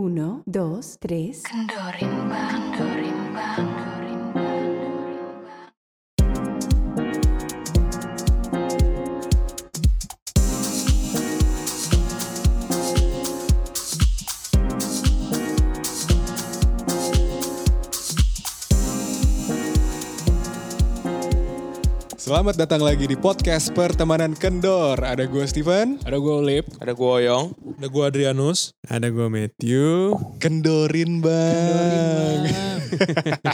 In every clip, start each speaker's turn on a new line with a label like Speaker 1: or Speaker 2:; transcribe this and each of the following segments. Speaker 1: Uno, dos, tres.
Speaker 2: Kendorimba, kendorimba, kendorimba, kendorimba.
Speaker 3: Selamat datang lagi di podcast Pertemanan Kendor. Ada gue Steven.
Speaker 4: Ada gue Olip.
Speaker 5: Ada gue Oyong.
Speaker 4: Ada gue Adrianus.
Speaker 6: Ada gue Matthew.
Speaker 3: Kendorin bang.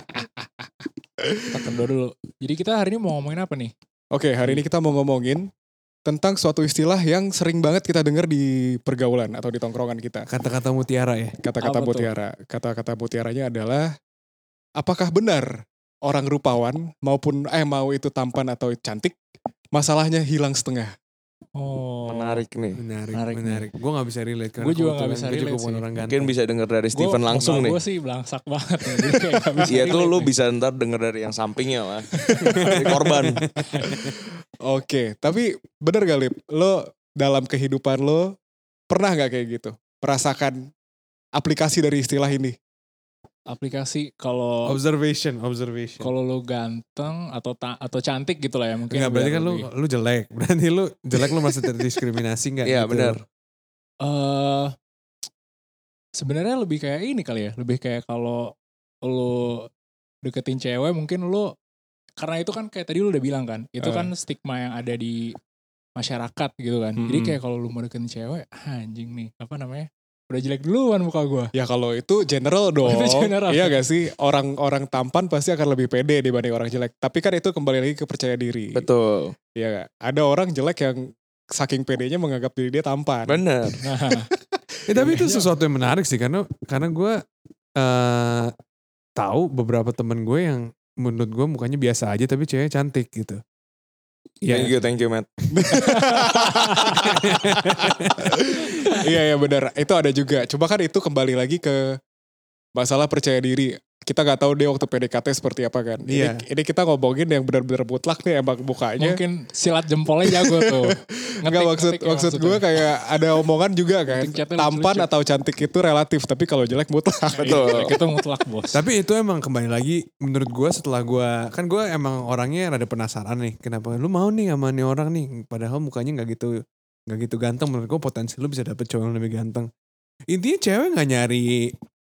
Speaker 4: Kita kendor dulu. Jadi kita hari ini mau ngomongin apa nih?
Speaker 3: Oke, hari ini kita mau ngomongin tentang suatu istilah yang sering banget kita dengar di pergaulan atau di tongkrongan kita.
Speaker 6: Kata-kata mutiara ya.
Speaker 3: Kata-kata
Speaker 4: Apa tuh?
Speaker 3: mutiara. Kata-kata mutiaranya adalah apakah benar orang rupawan maupun eh mau itu tampan atau cantik, masalahnya hilang setengah.
Speaker 4: Oh.
Speaker 5: Menarik nih.
Speaker 6: Menarik,
Speaker 4: Menarik
Speaker 6: menarik. Gue gak bisa relate. karena
Speaker 4: Gua juga nggak
Speaker 6: kebetulan
Speaker 4: bisa
Speaker 6: gua juga
Speaker 4: relate
Speaker 6: bukan
Speaker 4: sih.
Speaker 6: orang
Speaker 5: Mungkin
Speaker 6: ganteng.
Speaker 5: bisa denger dari Steven langsung nih.
Speaker 4: Gue sih belangsak banget. nih. Jadi kayak nggak bisa
Speaker 5: Iya tuh
Speaker 4: relate
Speaker 5: lu
Speaker 4: nih.
Speaker 5: bisa ntar denger dari yang sampingnya lah. Dari korban.
Speaker 3: Oke, tapi bener gak Lip? Lo dalam kehidupan lo pernah gak kayak gitu? Merasakan aplikasi dari istilah ini?
Speaker 4: Aplikasi kalau
Speaker 6: Observation, observation.
Speaker 4: kalau lu ganteng atau ta- atau cantik gitu lah ya mungkin.
Speaker 6: Enggak, berarti kan lu,
Speaker 4: lebih.
Speaker 6: lu jelek. Berarti lu jelek lu merasa gitu? terdiskriminasi gak?
Speaker 5: Iya, benar.
Speaker 4: eh sebenarnya lebih kayak ini kali ya, lebih kayak kalau lu deketin cewek mungkin lu karena itu kan kayak tadi lu udah bilang kan, itu
Speaker 3: Eh.
Speaker 4: kan stigma yang ada di masyarakat gitu kan. Jadi
Speaker 3: Mm-mm.
Speaker 4: kayak kalau lu mau deketin cewek, "Ah, anjing nih, apa namanya? Udah jelek duluan muka gua.
Speaker 3: Ya kalau itu general dong.
Speaker 4: Itu general.
Speaker 3: Iya gak sih? Orang-orang tampan pasti akan lebih pede dibanding orang jelek. Tapi kan itu kembali lagi ke percaya diri.
Speaker 5: Betul.
Speaker 3: Iya gak? Ada orang jelek yang saking pedenya menganggap diri dia tampan.
Speaker 5: Bener.
Speaker 4: Nah,
Speaker 6: Eh, tapi itu
Speaker 4: Iya.
Speaker 6: sesuatu yang menarik sih. Karena karena gue eh tahu beberapa temen gue yang menurut gue mukanya biasa aja tapi ceweknya cantik gitu.
Speaker 5: Thank you, thank you, Matt.
Speaker 3: Iya, iya benar. Itu ada juga. Cuma kan itu kembali lagi ke masalah percaya diri. Kita nggak tahu dia waktu PDKT seperti apa kan. Ini-
Speaker 6: Iya.
Speaker 3: Ini, kita ngomongin yang benar-benar mutlak nih emang mukanya.
Speaker 4: mungkin silat jempolnya jago tuh.
Speaker 3: Enggak maksud
Speaker 6: ya
Speaker 3: maksud kan- gue kayak ada omongan juga kan.
Speaker 4: Ngetik catnya
Speaker 3: Tampan
Speaker 4: lucu-lucu.
Speaker 3: atau cantik itu relatif, tapi kalau jelek
Speaker 6: Nah,
Speaker 3: mutlak.
Speaker 6: iya.
Speaker 5: Betul.
Speaker 4: Itu mutlak, Bos.
Speaker 6: Tapi itu emang kembali lagi menurut gua setelah gua kan gua emang orangnya rada penasaran nih kenapa lu mau nih sama nih orang nih padahal mukanya nggak gitu nggak gitu ganteng menurut gua potensi lu bisa dapet cowok yang lebih ganteng intinya cewek nggak nyari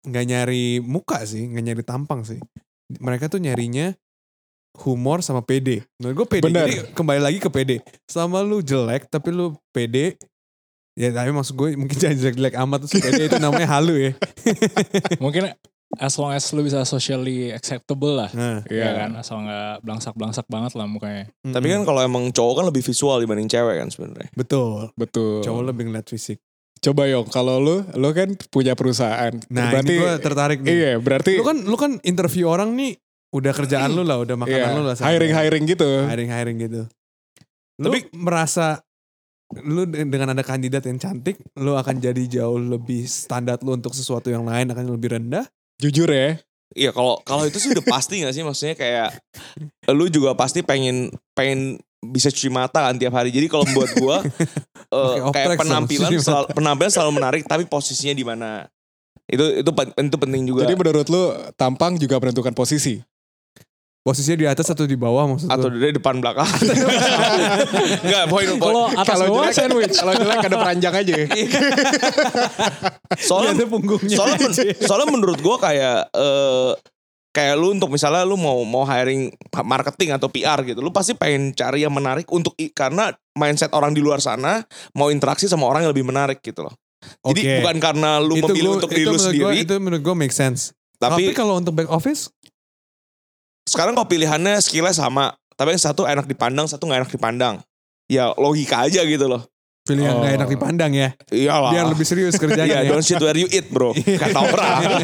Speaker 6: nggak nyari muka sih nggak nyari tampang sih mereka tuh nyarinya humor sama pede menurut gua pede
Speaker 3: Bener.
Speaker 6: Jadi kembali lagi ke pede selama lu jelek tapi lu pede ya tapi maksud gue mungkin jangan jelek-jelek amat terus pede itu namanya halu ya
Speaker 4: mungkin as long as lu bisa socially acceptable lah.
Speaker 6: nah,
Speaker 4: Iya kan, asal nggak belangsak-belangsak banget lah mukanya.
Speaker 5: Tapi kan kalau emang cowok kan lebih visual dibanding cewek kan sebenarnya.
Speaker 6: betul
Speaker 5: Gitu.
Speaker 3: Betul.
Speaker 6: cowok lebih ngeliat fisik.
Speaker 3: Coba yong, kalau lu lu kan punya perusahaan.
Speaker 6: Nah,
Speaker 3: berarti
Speaker 6: ini gue tertarik nih.
Speaker 3: Iya, berarti
Speaker 6: Lu kan lu kan interview orang nih udah kerjaan lu lah, udah makanan
Speaker 3: iya,
Speaker 6: lu lah.
Speaker 3: hiring-hiring gitu.
Speaker 6: hiring hiring gitu. Lu
Speaker 3: Tapi-
Speaker 6: merasa lu de- dengan ada kandidat yang cantik, lu akan jadi jauh lebih standar lu untuk sesuatu yang lain akan lebih rendah.
Speaker 3: Jujur ya.
Speaker 5: Iya kalau kalau itu sih udah pasti gak sih maksudnya kayak lu juga pasti pengen pengen bisa cuci mata kan tiap hari. Jadi kalau buat gua eh,
Speaker 6: Pakai
Speaker 5: kayak
Speaker 6: oprek sama
Speaker 5: penampilan
Speaker 6: cuci mata.
Speaker 5: selalu, penampilan selalu menarik tapi posisinya di mana. Itu itu pen- itu penting juga.
Speaker 3: Jadi menurut lu tampang juga menentukan posisi.
Speaker 6: Posisinya di atas atau di bawah maksud
Speaker 5: atau
Speaker 6: lu?
Speaker 5: dari depan belakang. Enggak, poin poin.
Speaker 4: Kalau atas
Speaker 3: Kalau
Speaker 4: bawah
Speaker 3: jelek, kalau jelek ada peranjang aja.
Speaker 5: soalnya
Speaker 6: Di atas punggungnya.
Speaker 5: kan soalnya, men-
Speaker 6: iya.
Speaker 5: soalnya menurut gua kayak eh kayak lu untuk misalnya lu mau mau hiring marketing atau PR gitu, lu pasti pengen cari yang menarik untuk i- karena mindset orang di luar sana mau interaksi sama orang yang lebih menarik gitu loh. Jadi
Speaker 6: Oke.
Speaker 5: bukan karena lu
Speaker 6: Itu
Speaker 5: memilih
Speaker 6: gua-
Speaker 5: untuk
Speaker 6: itu
Speaker 5: diri lu
Speaker 6: menurut gua-
Speaker 5: sendiri,
Speaker 6: itu menurut gue make sense. Tapi,
Speaker 5: tapi,
Speaker 6: kalau untuk back office,
Speaker 5: sekarang kok pilihannya skillnya sama, tapi yang satu enak dipandang, satu nggak enak dipandang. Ya logika aja gitu loh.
Speaker 6: pilih
Speaker 3: Oh.
Speaker 6: yang gak enak dipandang ya.
Speaker 5: Iyalah.
Speaker 6: Biar lebih serius kerjanya.
Speaker 5: Iya,
Speaker 6: ya. Iya.
Speaker 5: don't shit where you eat, bro. Kata orang.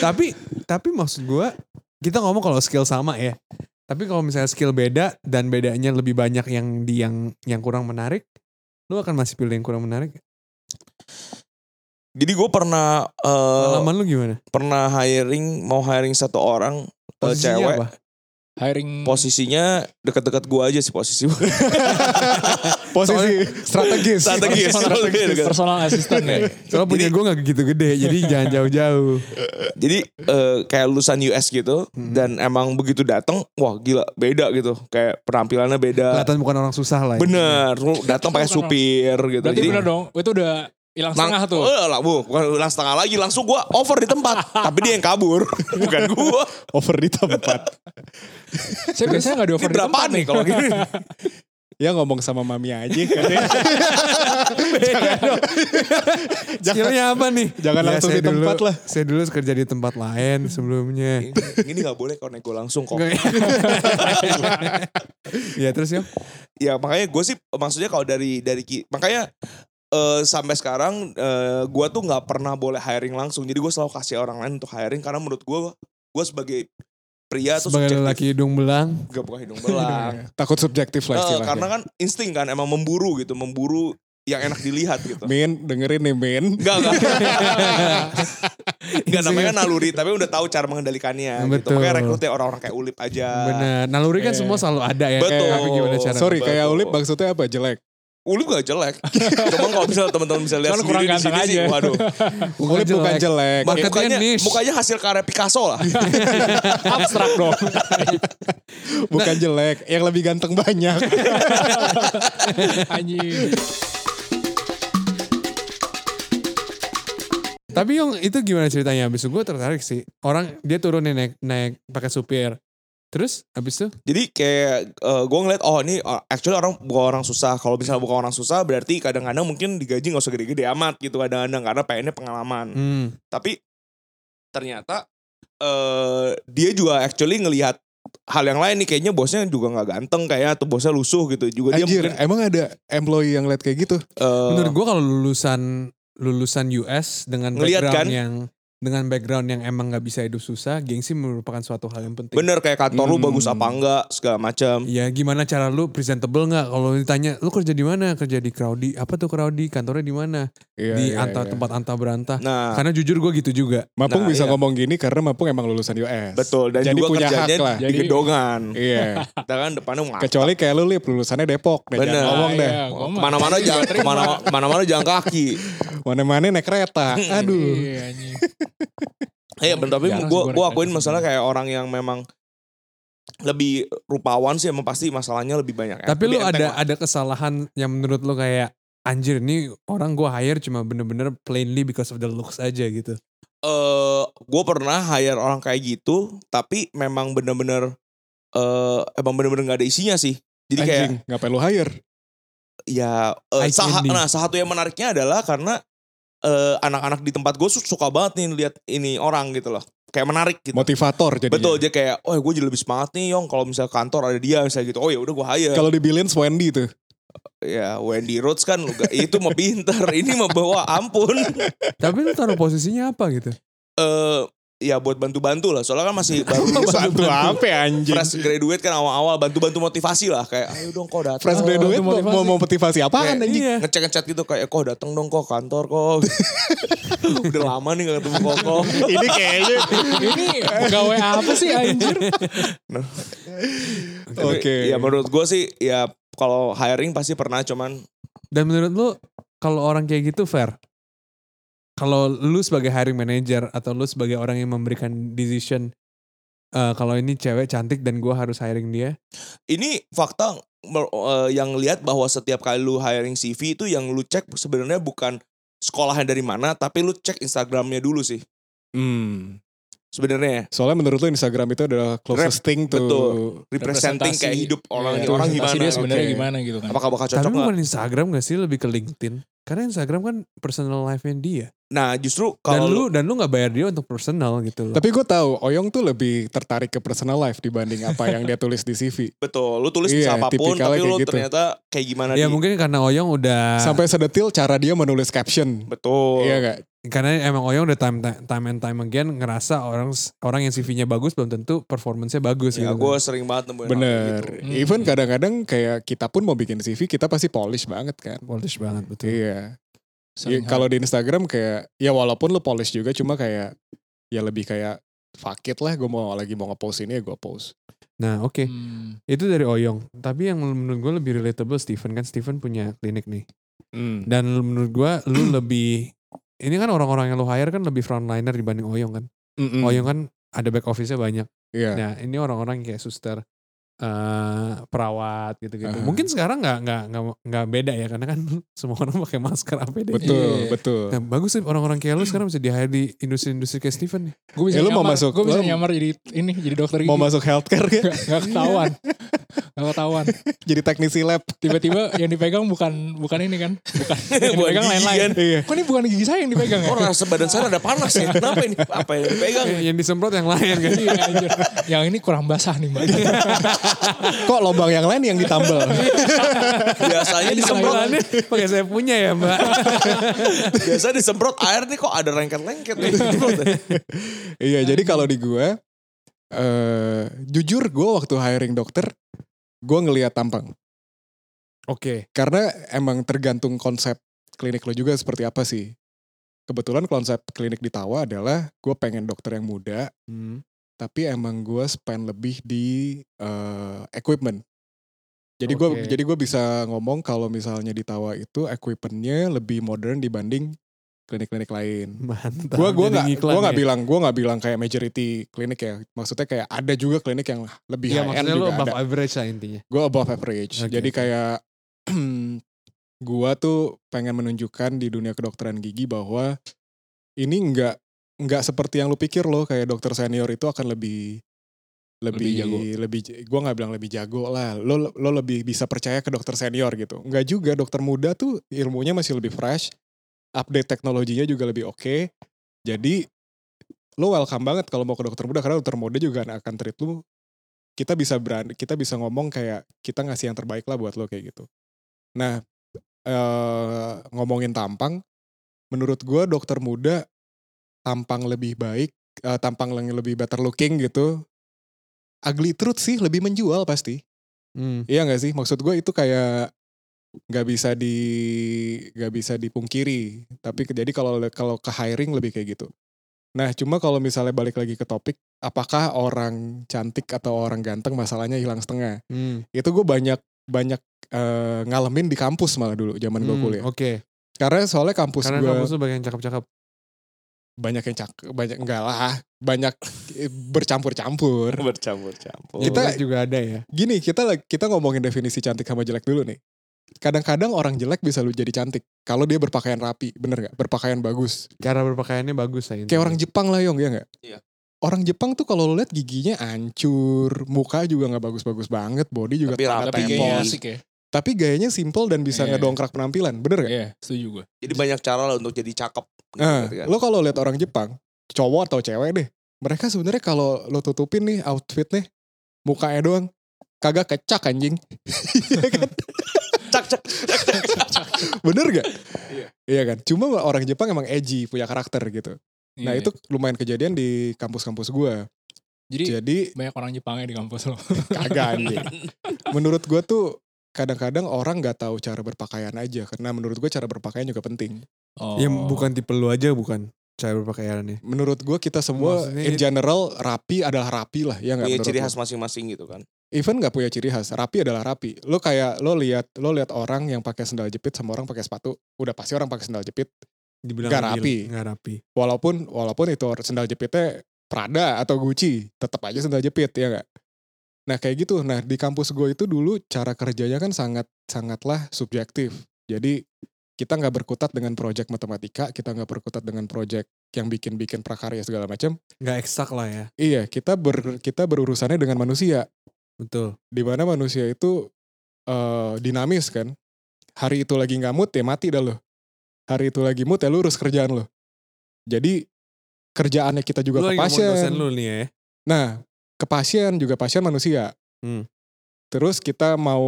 Speaker 6: tapi tapi maksud gua kita ngomong kalau skill sama ya tapi kalau misalnya skill beda dan bedanya lebih banyak yang di yang yang kurang menarik lu akan masih pilih yang kurang
Speaker 3: Eh,
Speaker 6: menarik
Speaker 5: Jadi gue pernah eh,
Speaker 6: pengalaman lu gimana
Speaker 5: pernah hiring mau hiring satu orang eh,
Speaker 6: Posisinya
Speaker 5: cewek
Speaker 6: apa?
Speaker 4: hiring
Speaker 5: Posisinya deket-deket gua aja sih posisi.
Speaker 3: Posisi strategis.
Speaker 5: Strategis. Strategis.
Speaker 4: personal assistant ya.
Speaker 6: Soalnya punya gue gak gitu gede, jadi jangan jauh-jauh.
Speaker 5: Jadi eh, kayak lulusan US gitu
Speaker 4: Hmm.
Speaker 5: dan emang begitu datang, wah gila beda gitu. Kayak penampilannya beda.
Speaker 6: Kelihatan bukan orang susah lah. ya.
Speaker 5: Bener, lu datang pakai supir gitu.
Speaker 4: Berarti
Speaker 5: Jadi
Speaker 4: bener dong, itu udah hilang
Speaker 5: lang-
Speaker 4: setengah tuh.
Speaker 5: Eh, lah, bu, bukan hilang setengah lagi, langsung gua over di tempat. Tapi dia yang kabur, bukan gua.
Speaker 3: Over di tempat.
Speaker 4: Saya biasanya gak di
Speaker 5: Ini
Speaker 4: over di
Speaker 5: berapaan
Speaker 4: tempat
Speaker 5: nih kalau gini?
Speaker 3: ya ngomong sama mami aja. kan? katanya.
Speaker 6: Skillnya apa nih?
Speaker 3: Jangan langsung
Speaker 6: Iya, saya
Speaker 3: di tempat
Speaker 6: dulu-
Speaker 3: lah.
Speaker 6: Saya dulu kerja di tempat lain sebelumnya.
Speaker 5: Ini gak boleh kalau nego langsung
Speaker 3: Oh.
Speaker 5: kok.
Speaker 6: Enggak. ya terus ya.
Speaker 5: ya makanya gue sih maksudnya kalau dari dari Ki- makanya eh, sampai sekarang eh, gue tuh nggak pernah boleh hiring langsung jadi gue selalu kasih orang lain untuk hiring karena menurut gue gue sebagai pria tuh
Speaker 6: Sebagai
Speaker 5: subjektif.
Speaker 6: lelaki hidung belang.
Speaker 5: Gak bukan hidung belang
Speaker 3: Ah. Takut subjektif lah
Speaker 5: Eh,
Speaker 3: istilahnya.
Speaker 5: karena kan insting kan emang memburu gitu memburu yang enak dilihat gitu
Speaker 3: Min, dengerin nih Min.
Speaker 5: Enggak, enggak. Enggak namanya naluri, tapi udah tahu cara mengendalikannya gitu.
Speaker 6: Betul.
Speaker 5: Makanya rekrutnya orang-orang kayak Ulip aja.
Speaker 6: Benar. Naluri kan
Speaker 4: Iya.
Speaker 6: semua selalu ada
Speaker 5: Ah.
Speaker 6: ya.
Speaker 5: Betul.
Speaker 6: Kayak Tapi gimana cara?
Speaker 3: Sorry,
Speaker 5: Betul.
Speaker 3: kayak Ulip maksudnya apa? Jelek.
Speaker 5: Ulip gak jelek. Cuman kalau misalnya teman-teman bisa lihat
Speaker 4: Cuman kurang
Speaker 5: sendiri di sini
Speaker 4: ganteng
Speaker 5: sih,
Speaker 4: aja.
Speaker 5: waduh.
Speaker 6: Oh,
Speaker 3: Ulip bukan jelek.
Speaker 6: Market- Marketnya
Speaker 5: Eh, mukanya,
Speaker 6: niche.
Speaker 5: mukanya hasil karya Picasso lah.
Speaker 4: abstrak dong.
Speaker 3: Bukan jelek. Yang lebih ganteng banyak.
Speaker 4: Anjing.
Speaker 6: Tapi yang itu gimana ceritanya? Habis itu gue tertarik sih. Orang dia turun nih naik naik pakai supir. Terus habis itu
Speaker 5: Jadi kayak gue ngeliat oh ini uh, actually orang bukan orang susah. Kalau misalnya bukan orang susah berarti kadang-kadang mungkin digaji nggak usah gede-gede amat gitu kadang-kadang karena pengennya pengalaman.
Speaker 6: hmm,
Speaker 5: Tapi ternyata eh dia juga actually ngelihat hal yang lain nih kayaknya bosnya juga nggak ganteng kayak atau bosnya lusuh gitu juga dia
Speaker 3: Anjir,
Speaker 5: mungkin
Speaker 3: emang ada employee yang liat kayak gitu?
Speaker 5: eh,
Speaker 6: menurut gue kalau lulusan lulusan US dengan
Speaker 5: Ngeliat kan?
Speaker 6: background yang dengan background yang emang nggak bisa hidup susah, gengsi merupakan suatu hal yang penting.
Speaker 5: bener kayak kantor lu
Speaker 6: Hmm.
Speaker 5: bagus apa enggak segala macam
Speaker 6: Ya gimana cara lu presentable nggak? Kalau ditanya lu kerja di mana? Kerja di Crowdy. Apa tuh Crowdy? Kantornya di mana?
Speaker 3: Iya,
Speaker 6: di
Speaker 3: iya,
Speaker 6: anta
Speaker 3: iya. Kan.
Speaker 6: tempat anta berantah.
Speaker 5: nah
Speaker 6: Karena jujur gue gitu juga.
Speaker 3: Mapung
Speaker 5: Nah,
Speaker 3: bisa
Speaker 5: iya.
Speaker 3: ngomong gini karena Mapung emang lulusan US.
Speaker 5: betul dan
Speaker 3: Jadi
Speaker 5: juga
Speaker 3: punya
Speaker 5: kerjanya
Speaker 3: hak lah.
Speaker 5: di
Speaker 4: Jadi-
Speaker 5: gedongan
Speaker 3: Iya.
Speaker 5: kita kan depannya ngap-
Speaker 3: Kecuali kayak lu lip lulusannya Depok. Deh,
Speaker 5: Bener.
Speaker 3: jangan ngomong deh.
Speaker 4: Iya, gua mah.
Speaker 5: kemana-mana jangan
Speaker 4: Terima.
Speaker 5: kemana- kemana-mana jangan kaki
Speaker 3: Mana-mana naik kereta. Aduh.
Speaker 4: Iya, anjing.
Speaker 5: Iya bener tapi
Speaker 4: Jarang sih
Speaker 5: gue
Speaker 4: gua
Speaker 5: gue
Speaker 4: naik
Speaker 5: akuin
Speaker 4: kereta.
Speaker 5: masalah kayak orang yang memang lebih rupawan sih emang pasti masalahnya lebih banyak.
Speaker 6: Tapi lu
Speaker 5: Lebih enteng
Speaker 6: ada
Speaker 5: lah.
Speaker 6: ada kesalahan yang menurut lu kayak anjir ini orang gue hire cuma bener-bener plainly because of the looks aja gitu.
Speaker 5: eh gue pernah hire orang kayak gitu tapi memang bener-bener eh emang bener-bener nggak ada isinya sih. Jadi kayak
Speaker 3: Anjing, ngapain lu hire?
Speaker 5: ya eh,
Speaker 6: Eye
Speaker 5: saha-
Speaker 6: candy.
Speaker 5: nah satu yang menariknya adalah karena eh, anak-anak di tempat gue suka banget nih lihat ini orang gitu loh. Kayak menarik gitu.
Speaker 3: Motivator jadi.
Speaker 5: Betul dia kayak, oh gue jadi lebih semangat nih Yong kalau misalnya kantor ada dia misalnya gitu. Oh ya udah gue hire.
Speaker 3: Kalau di Billions Wendy tuh.
Speaker 5: Ya Wendy Rhodes kan lu ga- itu mah pinter, ini mah bawa ampun.
Speaker 6: Tapi lu taruh posisinya apa gitu?
Speaker 5: Eh ya buat bantu-bantu lah. Soalnya kan masih baru
Speaker 3: Satu apa ya, anjing?
Speaker 5: fresh graduate kan awal-awal bantu-bantu motivasi lah kayak ayo dong kok datang.
Speaker 3: Fresh graduate mau,
Speaker 4: motivasi.
Speaker 3: mau mau motivasi apaan anjing?
Speaker 6: Iya.
Speaker 5: Ngecek-ngecek gitu kayak kok datang dong kok kantor kok. Udah lama nih gak ketemu kok kok.
Speaker 3: Ini kayaknya.
Speaker 4: Ini gawe apa sih anjir?
Speaker 5: Tapi,
Speaker 3: Oke.
Speaker 5: Ya menurut gue sih ya kalau hiring pasti pernah cuman
Speaker 6: Dan menurut lu kalau orang kayak gitu fair? Kalau lu sebagai hiring manager atau lu sebagai orang yang memberikan decision eh, kalau ini cewek cantik dan gue harus hiring dia,
Speaker 5: ini fakta mer- eh, yang lihat bahwa setiap kali lu hiring CV itu yang lu cek sebenarnya bukan sekolahnya dari mana tapi lu cek Instagramnya dulu sih
Speaker 3: Hmm.
Speaker 5: sebenarnya ya.
Speaker 3: Soalnya menurut lu Instagram itu adalah closest thing to
Speaker 5: betul. representing
Speaker 4: Representasi.
Speaker 5: kayak hidup orang
Speaker 4: Iya,
Speaker 5: orang
Speaker 4: representasi
Speaker 5: gimana
Speaker 4: dia sebenarnya
Speaker 3: Oke.
Speaker 4: gimana gitu kan.
Speaker 5: apakah bakal
Speaker 6: tapi
Speaker 5: cocok nggak?
Speaker 6: bukan Instagram gak sih lebih ke LinkedIn? Karena Instagram kan personal life-nya dia.
Speaker 5: nah justru
Speaker 6: Dan
Speaker 5: kalau
Speaker 6: lu
Speaker 5: lu
Speaker 6: dan lu nggak bayar dia untuk personal gitu loh.
Speaker 3: Tapi gue tahu Oyong tuh lebih tertarik ke personal life dibanding apa yang dia tulis di CV.
Speaker 5: betul lu tulis
Speaker 3: Iya,
Speaker 5: bisa apapun
Speaker 3: tipikalnya
Speaker 5: tapi lu
Speaker 3: kayak gitu.
Speaker 5: ternyata kayak gimana
Speaker 6: ya
Speaker 5: di-
Speaker 6: mungkin karena Oyong udah
Speaker 3: Sampai sedetil cara dia menulis caption.
Speaker 5: Ah. betul Ya,
Speaker 3: Iya gak?
Speaker 6: karena emang Oyong udah time time and time again ngerasa orang orang yang CV-nya bagus belum tentu performance-nya bagus
Speaker 5: ya
Speaker 6: gitu.
Speaker 5: gue sering banget nemuin orang kayak
Speaker 3: Bener.
Speaker 5: gitu.
Speaker 4: Hmm.
Speaker 3: Even kadang-kadang kayak kita pun mau bikin CV, kita pasti polish banget kan.
Speaker 6: Polish banget betul.
Speaker 3: Iya.
Speaker 4: Sering
Speaker 3: Ya, kalau di Instagram kayak, ya walaupun lu polish juga, cuma kayak, ya lebih kayak, fuck it lah gue mau lagi mau ngepost ini ya gue post.
Speaker 6: Nah oke,
Speaker 4: Hmm.
Speaker 6: itu dari Oyong. Tapi yang menurut gue lebih relatable Steven kan Steven punya klinik nih.
Speaker 3: Hmm.
Speaker 6: Dan lu- menurut gue lu lebih ini kan orang-orang yang lu hire kan lebih frontliner dibanding Oyong kan.
Speaker 3: Mm-mm.
Speaker 6: Oyong kan ada back office-nya banyak.
Speaker 3: Hmm, Iya.
Speaker 6: Nah ini orang-orang kayak suster, eh, perawat gitu-gitu.
Speaker 3: Aha.
Speaker 6: Mungkin sekarang nggak nggak nggak nggak beda ya karena kan semua orang pakai masker APD.
Speaker 3: Betul,
Speaker 4: Iya.
Speaker 3: betul.
Speaker 6: Nah, bagus sih orang-orang kayak lu sekarang bisa di hire di industri-industri kayak Steven nih.
Speaker 4: Gue bisa
Speaker 3: Eh, lu mau
Speaker 4: nyamar,
Speaker 3: masuk-
Speaker 4: Gue bisa
Speaker 3: lu-
Speaker 4: nyamar jadi ini jadi dokter gigi.
Speaker 3: Mau masuk healthcare ya?
Speaker 4: Gak, gak ketahuan. gak ketahuan.
Speaker 3: Jadi teknisi lab.
Speaker 4: Tiba-tiba yang dipegang bukan bukan ini kan. Bukan. yang
Speaker 5: Bukan
Speaker 4: dipegang
Speaker 5: gigi
Speaker 4: lain-lain.
Speaker 5: kan?
Speaker 3: Iya.
Speaker 4: Kok ini bukan gigi saya yang dipegang ya?
Speaker 5: Kok rasa badan saya ada panas ya? Kenapa ini? Apa yang dipegang?
Speaker 3: ya.
Speaker 6: Eh, yang disemprot yang lain kan.
Speaker 4: Iya, anjir. yang ini kurang basah nih mbak.
Speaker 3: Kok lubang yang lain yang ditambal?
Speaker 5: Biasanya disemprot,
Speaker 6: Semprotannya pakai saya punya ya mbak.
Speaker 5: biasa disemprot air nih kok ada lengket-lengket nih.
Speaker 3: iya, jadi kalau di gue eh jujur gue waktu hiring dokter gue ngelihat tampang
Speaker 6: Oke.
Speaker 3: karena emang tergantung konsep klinik lo juga seperti apa sih. Kebetulan konsep klinik di Tawa adalah gue pengen dokter yang muda, tapi emang gue spend lebih di eh, equipment. Jadi gue
Speaker 6: Oke.
Speaker 3: jadi gue bisa ngomong kalau misalnya di Tawa itu equipmentnya lebih modern dibanding klinik-klinik lain.
Speaker 6: Mantap.
Speaker 3: Gue gua
Speaker 6: Jadi
Speaker 3: nggak
Speaker 6: ngiklan
Speaker 3: gua nggak
Speaker 6: ya.
Speaker 3: bilang gua nggak bilang kayak majority klinik ya. Maksudnya kayak ada juga klinik yang lebih
Speaker 6: Iya
Speaker 3: high end
Speaker 6: maksudnya lu
Speaker 3: juga
Speaker 6: above
Speaker 3: ada.
Speaker 6: average lah intinya.
Speaker 3: Gue above average.
Speaker 6: Oke,
Speaker 3: Jadi
Speaker 6: oke.
Speaker 3: kayak gua tuh pengen menunjukkan di dunia kedokteran gigi bahwa ini nggak nggak seperti yang lu pikir loh kayak dokter senior itu akan lebih lebih
Speaker 4: Lebih jago.
Speaker 3: lebih j- gua nggak bilang lebih jago lah lo lo lebih bisa percaya ke dokter senior gitu nggak juga dokter muda tuh ilmunya masih lebih fresh update teknologinya juga lebih oke jadi lo welcome banget kalau mau ke dokter muda karena dokter muda juga akan treat lu kita bisa berani kita bisa ngomong kayak kita ngasih yang terbaik lah buat lo kayak gitu nah eh, ngomongin tampang menurut gua dokter muda tampang lebih baik eh, tampang yang lebih better looking gitu ugly truth sih lebih menjual pasti
Speaker 6: Hmm.
Speaker 3: iya nggak sih maksud gua itu kayak nggak bisa di nggak bisa dipungkiri tapi ke- jadi kalau kalau ke hiring lebih kayak gitu nah cuma kalau misalnya balik lagi ke topik apakah orang cantik atau orang ganteng masalahnya hilang setengah
Speaker 6: Hmm.
Speaker 3: itu gue banyak banyak eh, ngalamin di kampus malah dulu zaman gue
Speaker 6: Hmm,
Speaker 3: kuliah
Speaker 6: Oke.
Speaker 3: karena soalnya kampus
Speaker 6: Karena
Speaker 3: gue
Speaker 6: kampus lu banyak yang cakep-cakep.
Speaker 3: banyak yang cak banyak enggak lah banyak eh, bercampur-campur
Speaker 5: Bercampur-campur.
Speaker 3: Kita-
Speaker 6: Lu juga ada ya.
Speaker 3: gini kita lag- kita ngomongin definisi cantik sama jelek dulu nih kadang-kadang orang jelek bisa lu jadi cantik kalau dia berpakaian rapi bener nggak berpakaian bagus
Speaker 6: Cara berpakaiannya bagus
Speaker 3: kayak
Speaker 6: lah
Speaker 4: Iya.
Speaker 6: intinya.
Speaker 3: orang Jepang lah yong ya nggak
Speaker 5: Iya.
Speaker 3: orang Jepang tuh kalau lu lihat giginya hancur muka juga nggak bagus-bagus banget body juga
Speaker 5: Tapi rapi
Speaker 3: tapi
Speaker 4: Tapi kayaknya
Speaker 5: Tempol.
Speaker 4: asik ya.
Speaker 3: tapi gayanya simple dan bisa
Speaker 4: Iya.
Speaker 3: ngedongkrak penampilan bener nggak
Speaker 4: Iya, setuju gue.
Speaker 5: Jadi banyak cara lah untuk jadi cakep. gitu
Speaker 3: Nah,
Speaker 5: kan.
Speaker 3: lo kalau lihat orang Jepang, cowok atau cewek deh, mereka sebenarnya kalau lo tutupin nih outfit nih, mukanya doang, kagak kecak anjing. Iya kan?
Speaker 5: Cak cak.
Speaker 3: Bener gak? Iya kan? Cuma orang Jepang emang edgy, punya karakter gitu. Nah
Speaker 4: Iya.
Speaker 3: itu lumayan kejadian di kampus-kampus gue.
Speaker 4: Jadi
Speaker 3: Jadi
Speaker 4: banyak orang Jepangnya di kampus lo.
Speaker 3: kagak anjing. Menurut gue tuh kadang-kadang orang nggak tahu cara berpakaian aja karena menurut gue cara berpakaian juga penting
Speaker 4: Oh.
Speaker 6: Ya bukan tipe lu aja bukan cara berpakaiannya.
Speaker 3: menurut gue kita semua
Speaker 6: Maksudnya
Speaker 3: in
Speaker 6: it-
Speaker 3: general rapi adalah rapi lah ya nggak
Speaker 5: Punya
Speaker 3: menurut
Speaker 5: Iya, ciri
Speaker 3: lo?
Speaker 5: khas masing-masing gitu kan.
Speaker 3: even nggak punya ciri khas rapi adalah rapi lo kayak lo lihat lo lihat orang yang pakai sendal jepit sama orang pakai sepatu udah pasti orang pakai sendal jepit
Speaker 6: Dibilang
Speaker 3: Nggak
Speaker 6: adil,
Speaker 3: rapi.
Speaker 6: nggak rapi.
Speaker 3: walaupun walaupun itu or- sendal jepitnya Prada atau Gucci tetap aja sendal jepit ya nggak nah kayak gitu nah di kampus gue itu dulu cara kerjanya kan sangat sangatlah subjektif jadi kita nggak berkutat dengan proyek matematika kita nggak berkutat dengan proyek yang bikin-bikin prakarya segala macam
Speaker 6: Nggak eksak lah ya.
Speaker 3: iya kita ber kita berurusannya dengan manusia
Speaker 6: Betul.
Speaker 3: di mana manusia itu eh, dinamis kan. Hari itu lagi nggak mood ya mati dah lo. Hari itu lagi mood ya lurus kerjaan lo. Jadi kerjaannya kita juga ke
Speaker 6: lu lagi ngomongin dosen
Speaker 3: pasien.
Speaker 6: lu nih ya.
Speaker 3: Nah, ke pasien juga pasien manusia.
Speaker 6: Hmm.
Speaker 3: Terus kita mau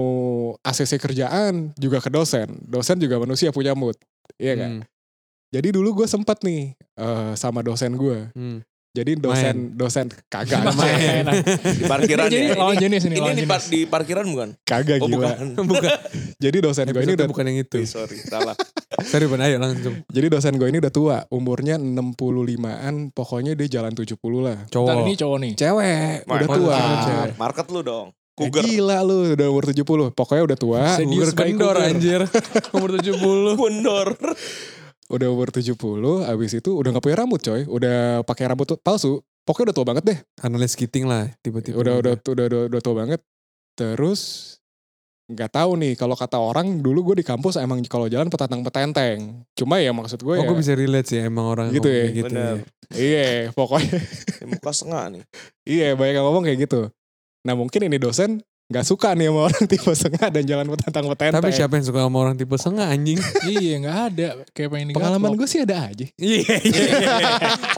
Speaker 3: ACC kerjaan juga ke dosen. Dosen juga manusia punya mood. Iya kan?
Speaker 6: Hmm,
Speaker 3: Jadi dulu gue sempat nih eh, sama dosen gue.
Speaker 6: hmm.
Speaker 3: Jadi dosen dosen kagak
Speaker 4: Main.
Speaker 3: main.
Speaker 5: di parkiran
Speaker 4: Jadi
Speaker 5: ya.
Speaker 4: lawan jenis ini,
Speaker 5: ini
Speaker 4: lawan
Speaker 5: di,
Speaker 4: jenis.
Speaker 5: par- di parkiran bukan?
Speaker 3: Kagak
Speaker 5: Oh
Speaker 3: gila.
Speaker 5: bukan.
Speaker 6: bukan
Speaker 3: Jadi dosen gue ini
Speaker 6: episode
Speaker 3: udah
Speaker 6: bukan yang itu
Speaker 5: Eh, Sorry, salah.
Speaker 6: sorry Bon, ayo langsung
Speaker 3: jadi dosen gue ini udah tua, umurnya 65-an, pokoknya dia jalan 70 lah.
Speaker 4: Ntar
Speaker 6: cowok
Speaker 4: ini cowok nih.
Speaker 3: Cewek,
Speaker 5: Wah,
Speaker 3: udah
Speaker 6: mantap.
Speaker 3: tua.
Speaker 6: Cewek.
Speaker 5: Market lu dong.
Speaker 3: Eh,
Speaker 5: Cougar.
Speaker 3: Gila lu, udah umur 70. Pokoknya udah tua,
Speaker 4: Sedih
Speaker 6: Uger
Speaker 4: sebagai
Speaker 6: Ah, kendor
Speaker 4: Uger.
Speaker 6: anjir umur 70
Speaker 5: Gondor.
Speaker 3: udah umur 70, abis itu udah gak punya rambut coy. Udah pakai rambut tu- palsu. Pokoknya udah tua banget deh.
Speaker 6: analis kiting lah tiba-tiba
Speaker 3: Udah udah udah udah, udah tua banget. Terus nggak tahu nih kalau kata orang dulu gue di kampus emang kalau jalan petantang petenteng cuma ya maksud gue ya
Speaker 6: oh gue bisa relate sih emang orang
Speaker 3: Gitu ya?
Speaker 6: ngomong gitu
Speaker 5: Bener.
Speaker 6: ya.
Speaker 3: iya pokoknya
Speaker 5: Di Ya, muka sengah nih.
Speaker 3: Iya banyak yang ngomong kayak gitu. Nah mungkin ini dosen nggak suka nih sama orang tipe sengah dan jalan petantang petenteng.
Speaker 6: tapi siapa yang suka sama orang tipe sengah anjing
Speaker 4: iya nggak ada kayak pengen digaplok.
Speaker 3: Pengalaman gue sih ada aja.
Speaker 6: iya iya, iya.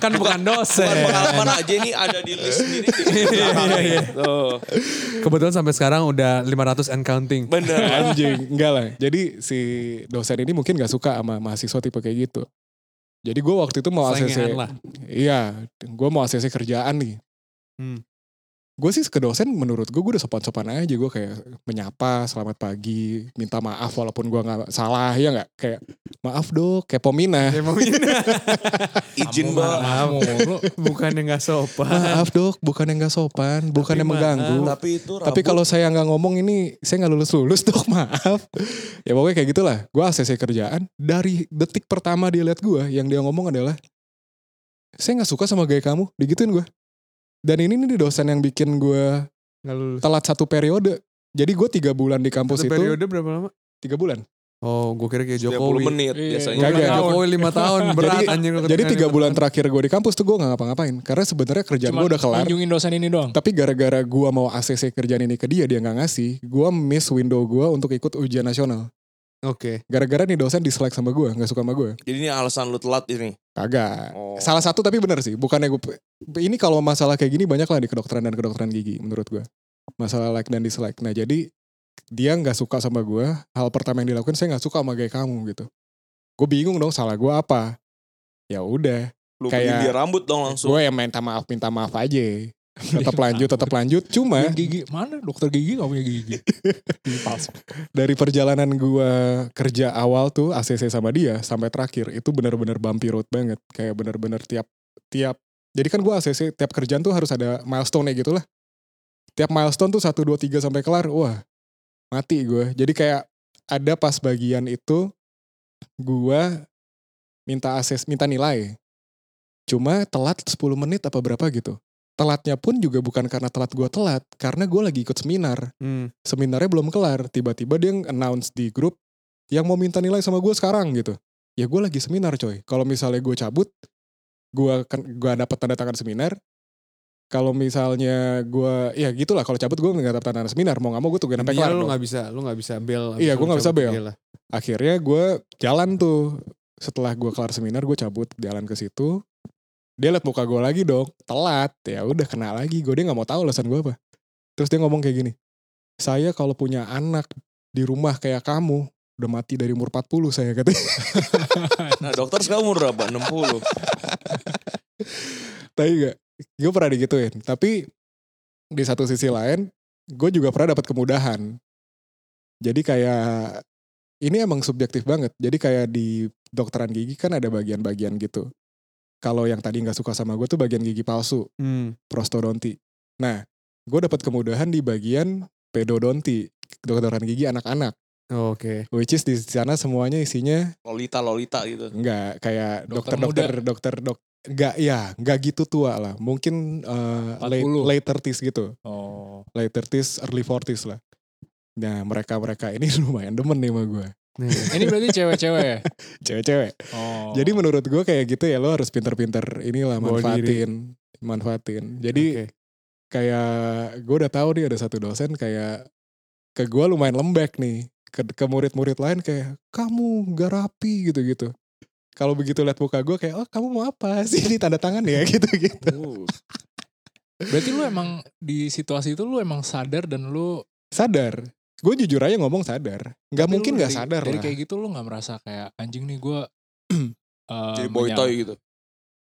Speaker 6: kan bukan dosen
Speaker 5: Bukan pengalaman aja ini ada di list sendiri.
Speaker 6: Iya, iya.
Speaker 5: Tuh,
Speaker 6: kebetulan sampai sekarang udah 500 and counting
Speaker 5: bener.
Speaker 3: Anjing, enggak lah. Jadi si dosen ini mungkin nggak suka sama mahasiswa tipe kayak gitu. Jadi gue waktu itu mau
Speaker 6: Selengean
Speaker 3: ACC.
Speaker 6: lah
Speaker 3: Iya, gue mau ACC kerjaan nih.
Speaker 6: Hmm.
Speaker 3: Gue sih ke dosen menurut gue, gue udah sopan-sopan aja. Gue kayak menyapa, selamat pagi, minta maaf walaupun gue nggak salah, ya nggak? Kayak, maaf dok, kayak pomina.
Speaker 5: Izin
Speaker 4: Kamu
Speaker 5: mbak.
Speaker 4: marah mulu.
Speaker 6: bukan yang gak sopan
Speaker 3: Maaf dok, bukan yang gak sopan, bukan yang
Speaker 6: maaf.
Speaker 3: mengganggu.
Speaker 5: Tapi itu
Speaker 3: Tapi
Speaker 5: rambut-
Speaker 3: kalau saya nggak ngomong ini, saya nggak lulus lulus dok, maaf. ya pokoknya kayak gitulah. Gue ACC kerjaan dari detik pertama dia lihat gue, yang dia ngomong adalah, saya nggak suka sama gaya kamu, digituin gue. Dan ini nih dosen yang bikin gue
Speaker 6: nggak lulus
Speaker 3: telat satu periode. Jadi gue tiga bulan di kampus
Speaker 6: Satu
Speaker 3: itu,
Speaker 6: periode berapa lama
Speaker 3: tiga bulan.
Speaker 6: oh gue kira
Speaker 5: 30
Speaker 6: kayak Jokowi
Speaker 5: menit
Speaker 4: Iya,
Speaker 5: biasanya.
Speaker 3: Kagak.
Speaker 6: Kagak. Jokowi lima tahun berat
Speaker 3: Jadi-
Speaker 6: anjing lu
Speaker 3: Jadi
Speaker 6: ketika
Speaker 3: tiga
Speaker 6: lima
Speaker 3: bulan
Speaker 6: tahun.
Speaker 3: terakhir gue di kampus tuh gue nggak ngapa-ngapain, karena sebenarnya kerjaan gue udah kelar.
Speaker 4: kunjungin dosen ini doang.
Speaker 3: Tapi gara-gara gua mau ACC kerjaan ini ke dia, dia nggak ngasih. Gua miss window gua untuk ikut ujian nasional.
Speaker 6: Oke.
Speaker 3: Gara-gara nih dosen dislike sama gua, nggak suka sama gua.
Speaker 5: Jadi ini alasan lu telat ini.
Speaker 3: Kagak.
Speaker 5: Oh.
Speaker 3: Salah satu tapi bener sih, bukannya gua... Ini kalau masalah kayak gini banyak lah di kedokteran dan kedokteran gigi menurut gua. Masalah like dan dislike. Nah jadi dia nggak suka sama gua. Hal pertama yang dilakukan saya nggak suka sama gaya kamu gitu. Gue bingung dong salah gua apa. Ya udah,
Speaker 5: Lu
Speaker 3: Kayak-
Speaker 5: beli dia rambut dong langsung.
Speaker 3: gue yang minta maaf minta maaf aja. Tetap lanjut, tetap lanjut. Cuma ya?
Speaker 4: Yang gigi mana dokter gigi gak punya gigi Gigi palsu.
Speaker 3: dari perjalanan gua kerja awal tuh ACC sama dia sampai terakhir itu benar-benar bumpy road banget kayak benar-benar tiap tiap jadi kan gua ACC tiap kerjaan tuh harus ada milestone nya gitu lah tiap milestone tuh 1, 2, 3 sampai kelar wah mati gua jadi kayak ada pas bagian itu gua minta ACC minta nilai cuma telat 10 menit apa berapa gitu telatnya pun juga bukan karena telat gua telat karena gua lagi ikut seminar
Speaker 6: Hmm.
Speaker 3: seminarnya belum kelar tiba-tiba dia announce di grup yang mau minta nilai sama gue sekarang gitu ya gue lagi seminar coy kalau misalnya gue cabut gue gua dapat tanda tangan seminar kalau misalnya gue ya gitulah kalau cabut gue nggak dapat tanda tangan seminar mau nggak mau gue tungguin sampai
Speaker 6: Intinya
Speaker 3: kelar
Speaker 6: Iya, lu
Speaker 3: dong.
Speaker 6: nggak bisa, lu nggak bisa bel.
Speaker 3: Iya, gua nggak bisa bel.
Speaker 6: Gila.
Speaker 3: akhirnya gue jalan tuh setelah gue kelar seminar gue cabut jalan ke situ dia liat muka gue lagi dong telat ya udah kena lagi gue dia nggak mau tahu alasan gue apa terus dia ngomong kayak gini saya kalau punya anak di rumah kayak kamu udah mati dari umur 40 saya katanya
Speaker 5: Nah dokter sekarang umur berapa? 60.
Speaker 3: tapi gak gue pernah digituin tapi di satu sisi lain gue juga pernah dapat kemudahan jadi kayak ini emang subjektif banget jadi kayak di dokteran gigi kan ada bagian-bagian gitu kalau yang tadi nggak suka sama gue tuh bagian gigi palsu
Speaker 6: Hmm.
Speaker 3: prostodonti nah gue dapat kemudahan di bagian pedodonti dokteran gigi anak-anak
Speaker 6: Oke.
Speaker 3: which is di sana semuanya isinya
Speaker 5: Lolita Lolita gitu.
Speaker 3: Enggak, kayak
Speaker 4: Dokter
Speaker 3: dokter-dokter dokter dok enggak ya, enggak gitu tua lah. Mungkin eh, late
Speaker 4: 40.
Speaker 3: late 30s gitu.
Speaker 4: Oh.
Speaker 3: Late 30s, early 40s lah. Nah, mereka-mereka ini lumayan demen nih sama gue.
Speaker 6: Nih.
Speaker 4: Ini berarti cewek-cewek ya?
Speaker 3: Cewek-cewek.
Speaker 4: Oh.
Speaker 3: Jadi menurut gue kayak gitu ya lo harus pinter-pinter inilah
Speaker 6: Bawa diri.
Speaker 3: manfaatin, manfaatin. Jadi
Speaker 6: Oke.
Speaker 3: kayak gue udah tahu nih ada satu dosen kayak ke gue lumayan lembek nih ke, ke murid-murid lain kayak kamu gak rapi gitu-gitu kalau begitu lihat muka gue kayak oh kamu mau apa sih ini tanda tangan ya gitu-gitu
Speaker 5: Uh,
Speaker 4: berarti lu emang di situasi itu lu emang sadar dan lu
Speaker 3: sadar gue jujur aja ngomong sadar nggak
Speaker 4: tapi
Speaker 3: mungkin
Speaker 4: lu
Speaker 3: nggak
Speaker 4: dari-
Speaker 3: sadar
Speaker 4: Dari
Speaker 3: lah
Speaker 5: um,
Speaker 4: kayak gitu lu nggak merasa kayak anjing nih gue
Speaker 5: ya. Jadi boy toy gitu.
Speaker 4: eh,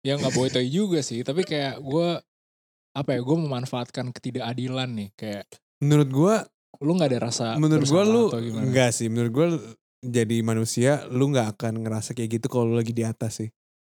Speaker 4: ya nggak boy toy juga sih tapi kayak gue apa ya gue memanfaatkan ketidakadilan nih kayak
Speaker 6: Menurut gua
Speaker 4: lu nggak ada rasa
Speaker 6: menurut
Speaker 4: bersalah
Speaker 6: gua lu
Speaker 4: Ah, atau gimana?
Speaker 6: enggak sih. Menurut gua jadi manusia lu nggak akan ngerasa kayak gitu kalau lu lagi di atas sih.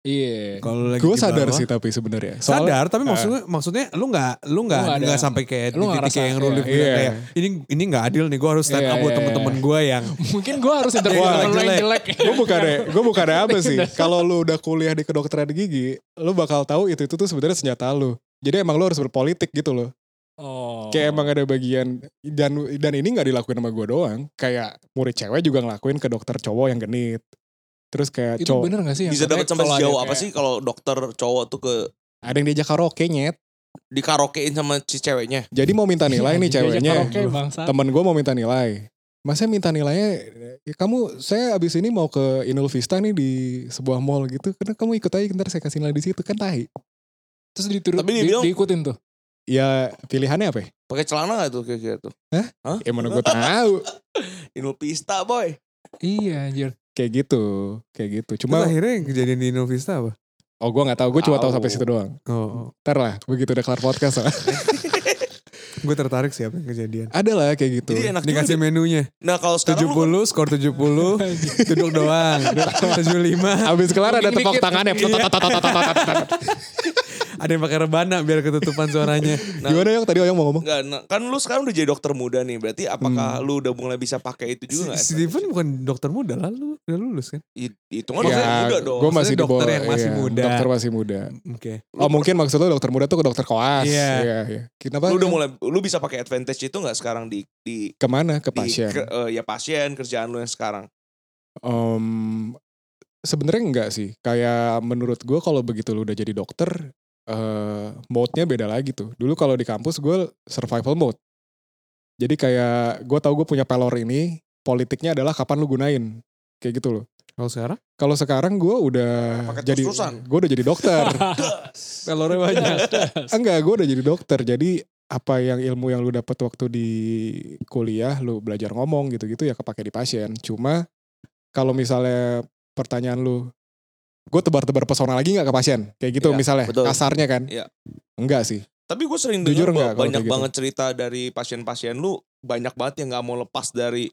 Speaker 4: iya
Speaker 6: Kalau lu lagi
Speaker 3: Gue
Speaker 6: di
Speaker 3: sadar
Speaker 6: bawah,
Speaker 3: sih tapi sebenarnya. Soalnya-
Speaker 6: sadar tapi
Speaker 3: Ah.
Speaker 6: maksudnya maksudnya lu nggak
Speaker 4: Lu
Speaker 6: lu nggak
Speaker 4: nggak ada-
Speaker 6: nggak sampai kayak
Speaker 4: lu
Speaker 6: di
Speaker 4: nggak
Speaker 6: titik
Speaker 4: ngerasa,
Speaker 6: kayak yang lu
Speaker 4: iya.
Speaker 6: bilang
Speaker 3: Iya.
Speaker 6: kayak ini ini nggak adil nih gua harus stand
Speaker 4: Iya,
Speaker 6: up buat
Speaker 4: iya,
Speaker 6: temen-temen gua yang
Speaker 4: mungkin gue harus interview
Speaker 6: Iya,
Speaker 4: temen lu yang jelek
Speaker 3: gue bukannya gue bukannya ya, apa sih kalau lu udah kuliah di kedokteran gigi lu bakal tahu itu itu tuh sebenarnya senjata lu jadi emang lu harus berpolitik gitu loh
Speaker 4: oh
Speaker 3: kayak emang ada bagian dan dan ini nggak dilakuin sama gue doang kayak murid cewek juga ngelakuin ke dokter cowok yang genit terus kayak
Speaker 4: itu
Speaker 3: cowok
Speaker 4: bener gak sih yang
Speaker 5: Bisa dapat
Speaker 4: katanya
Speaker 5: sampai
Speaker 4: kalau ada
Speaker 5: sejauh
Speaker 4: kayak-
Speaker 5: apa sih Iya, kalau dokter cowok tuh ke
Speaker 3: ada yang diajak karaoke nyet
Speaker 5: dikarokein sama si ceweknya.
Speaker 3: jadi mau minta nilai nih
Speaker 4: Iya, Diajak
Speaker 3: ceweknya
Speaker 4: karaoke, bangsa.
Speaker 3: temen gue mau minta nilai masa minta nilainya "Ya, kamu saya abis ini mau ke Inul Vista nih di sebuah mall gitu karena kamu ikut aja ntar saya kasih nilai di situ kan tahi
Speaker 4: terus diturut
Speaker 5: Tapi dia
Speaker 4: di-
Speaker 5: bilang-
Speaker 4: diikutin tuh
Speaker 3: ya pilihannya apa ya?
Speaker 5: Pakai celana gak tuh kayak gitu.
Speaker 3: Ya mana gue tahu
Speaker 5: Inul pista boy.
Speaker 4: iya anjir
Speaker 3: kayak gitu, kayak gitu.
Speaker 6: Terus
Speaker 3: Cuma
Speaker 4: ya.
Speaker 6: akhirnya yang kejadian di Novista apa?
Speaker 3: oh gue nggak tahu, gue cuma tahu
Speaker 5: Tahu.
Speaker 3: sampai situ doang.
Speaker 6: Oh,
Speaker 3: Ntar lah, begitu udah kelar podcast lah.
Speaker 6: gue tertarik sih apa yang kejadian.
Speaker 3: Ada lah kayak gitu.
Speaker 4: Iya,
Speaker 5: Jadi enak juga
Speaker 6: Dikasih
Speaker 5: deh.
Speaker 6: menunya.
Speaker 5: Nah kalau sekarang
Speaker 6: 70
Speaker 5: lu
Speaker 6: skor 70 duduk doang 75
Speaker 3: Abis kelar ada tepuk
Speaker 4: Dikit-dikit.
Speaker 3: tangannya.
Speaker 6: ada yang pakai rebana biar ketutupan suaranya
Speaker 3: Gimana yang tadi Oyong mau ngomong?
Speaker 5: Enggak, nah, kan lu sekarang udah jadi dokter muda nih. Berarti apakah
Speaker 3: Hmm.
Speaker 5: lu udah mulai bisa pakai itu juga
Speaker 6: Si-
Speaker 5: nggak?
Speaker 6: Steven bukan dokter muda lah lu udah lulus kan
Speaker 5: Itu kan dokter muda dong.
Speaker 3: gue Ya, masih di
Speaker 6: Maksudnya dokter
Speaker 3: bawah-
Speaker 6: yang masih
Speaker 3: iya,
Speaker 6: muda.
Speaker 3: Dokter masih muda.
Speaker 6: oke
Speaker 3: Oh mungkin maksud lo dokter muda tuh ke dokter koas.
Speaker 6: Iya.
Speaker 3: iya. Kenapa?
Speaker 5: Lu udah mulai lu bisa pakai advantage itu nggak sekarang di di
Speaker 3: Kemana? Ke
Speaker 5: di
Speaker 3: pasien.
Speaker 5: ke- eh, ya pasien kerjaan lu yang sekarang.
Speaker 3: Em, Sebenarnya enggak sih. Kayak menurut gue kalau begitu lu udah jadi dokter, eh mode-nya beda lagi tuh. Dulu kalau di kampus gue survival mode. Jadi kayak gue tahu gue punya pelor ini, politiknya adalah kapan lu gunain. Kayak gitu loh.
Speaker 6: kalau sekarang
Speaker 3: Kalau sekarang gue udah
Speaker 5: Pakai
Speaker 3: Eh, jadi
Speaker 5: terus-terusan.
Speaker 3: gue udah jadi dokter.
Speaker 6: telurnya banyak
Speaker 3: Enggak, gue udah jadi dokter. Jadi apa yang ilmu yang lu dapat waktu di kuliah, lu belajar ngomong gitu-gitu ya kepake di pasien. Cuma kalau misalnya pertanyaan lu, gue tebar-tebar pesona lagi nggak ke pasien? Kayak gitu
Speaker 5: Iya,
Speaker 3: misalnya,
Speaker 5: betul.
Speaker 3: kasarnya kan?
Speaker 5: Iya.
Speaker 3: Enggak sih.
Speaker 5: Tapi gue sering
Speaker 3: Jujur nggak
Speaker 5: dengar ba-
Speaker 3: kalau
Speaker 5: banyak
Speaker 3: kayak gitu?
Speaker 5: banget cerita dari pasien-pasien lu banyak banget yang nggak mau lepas dari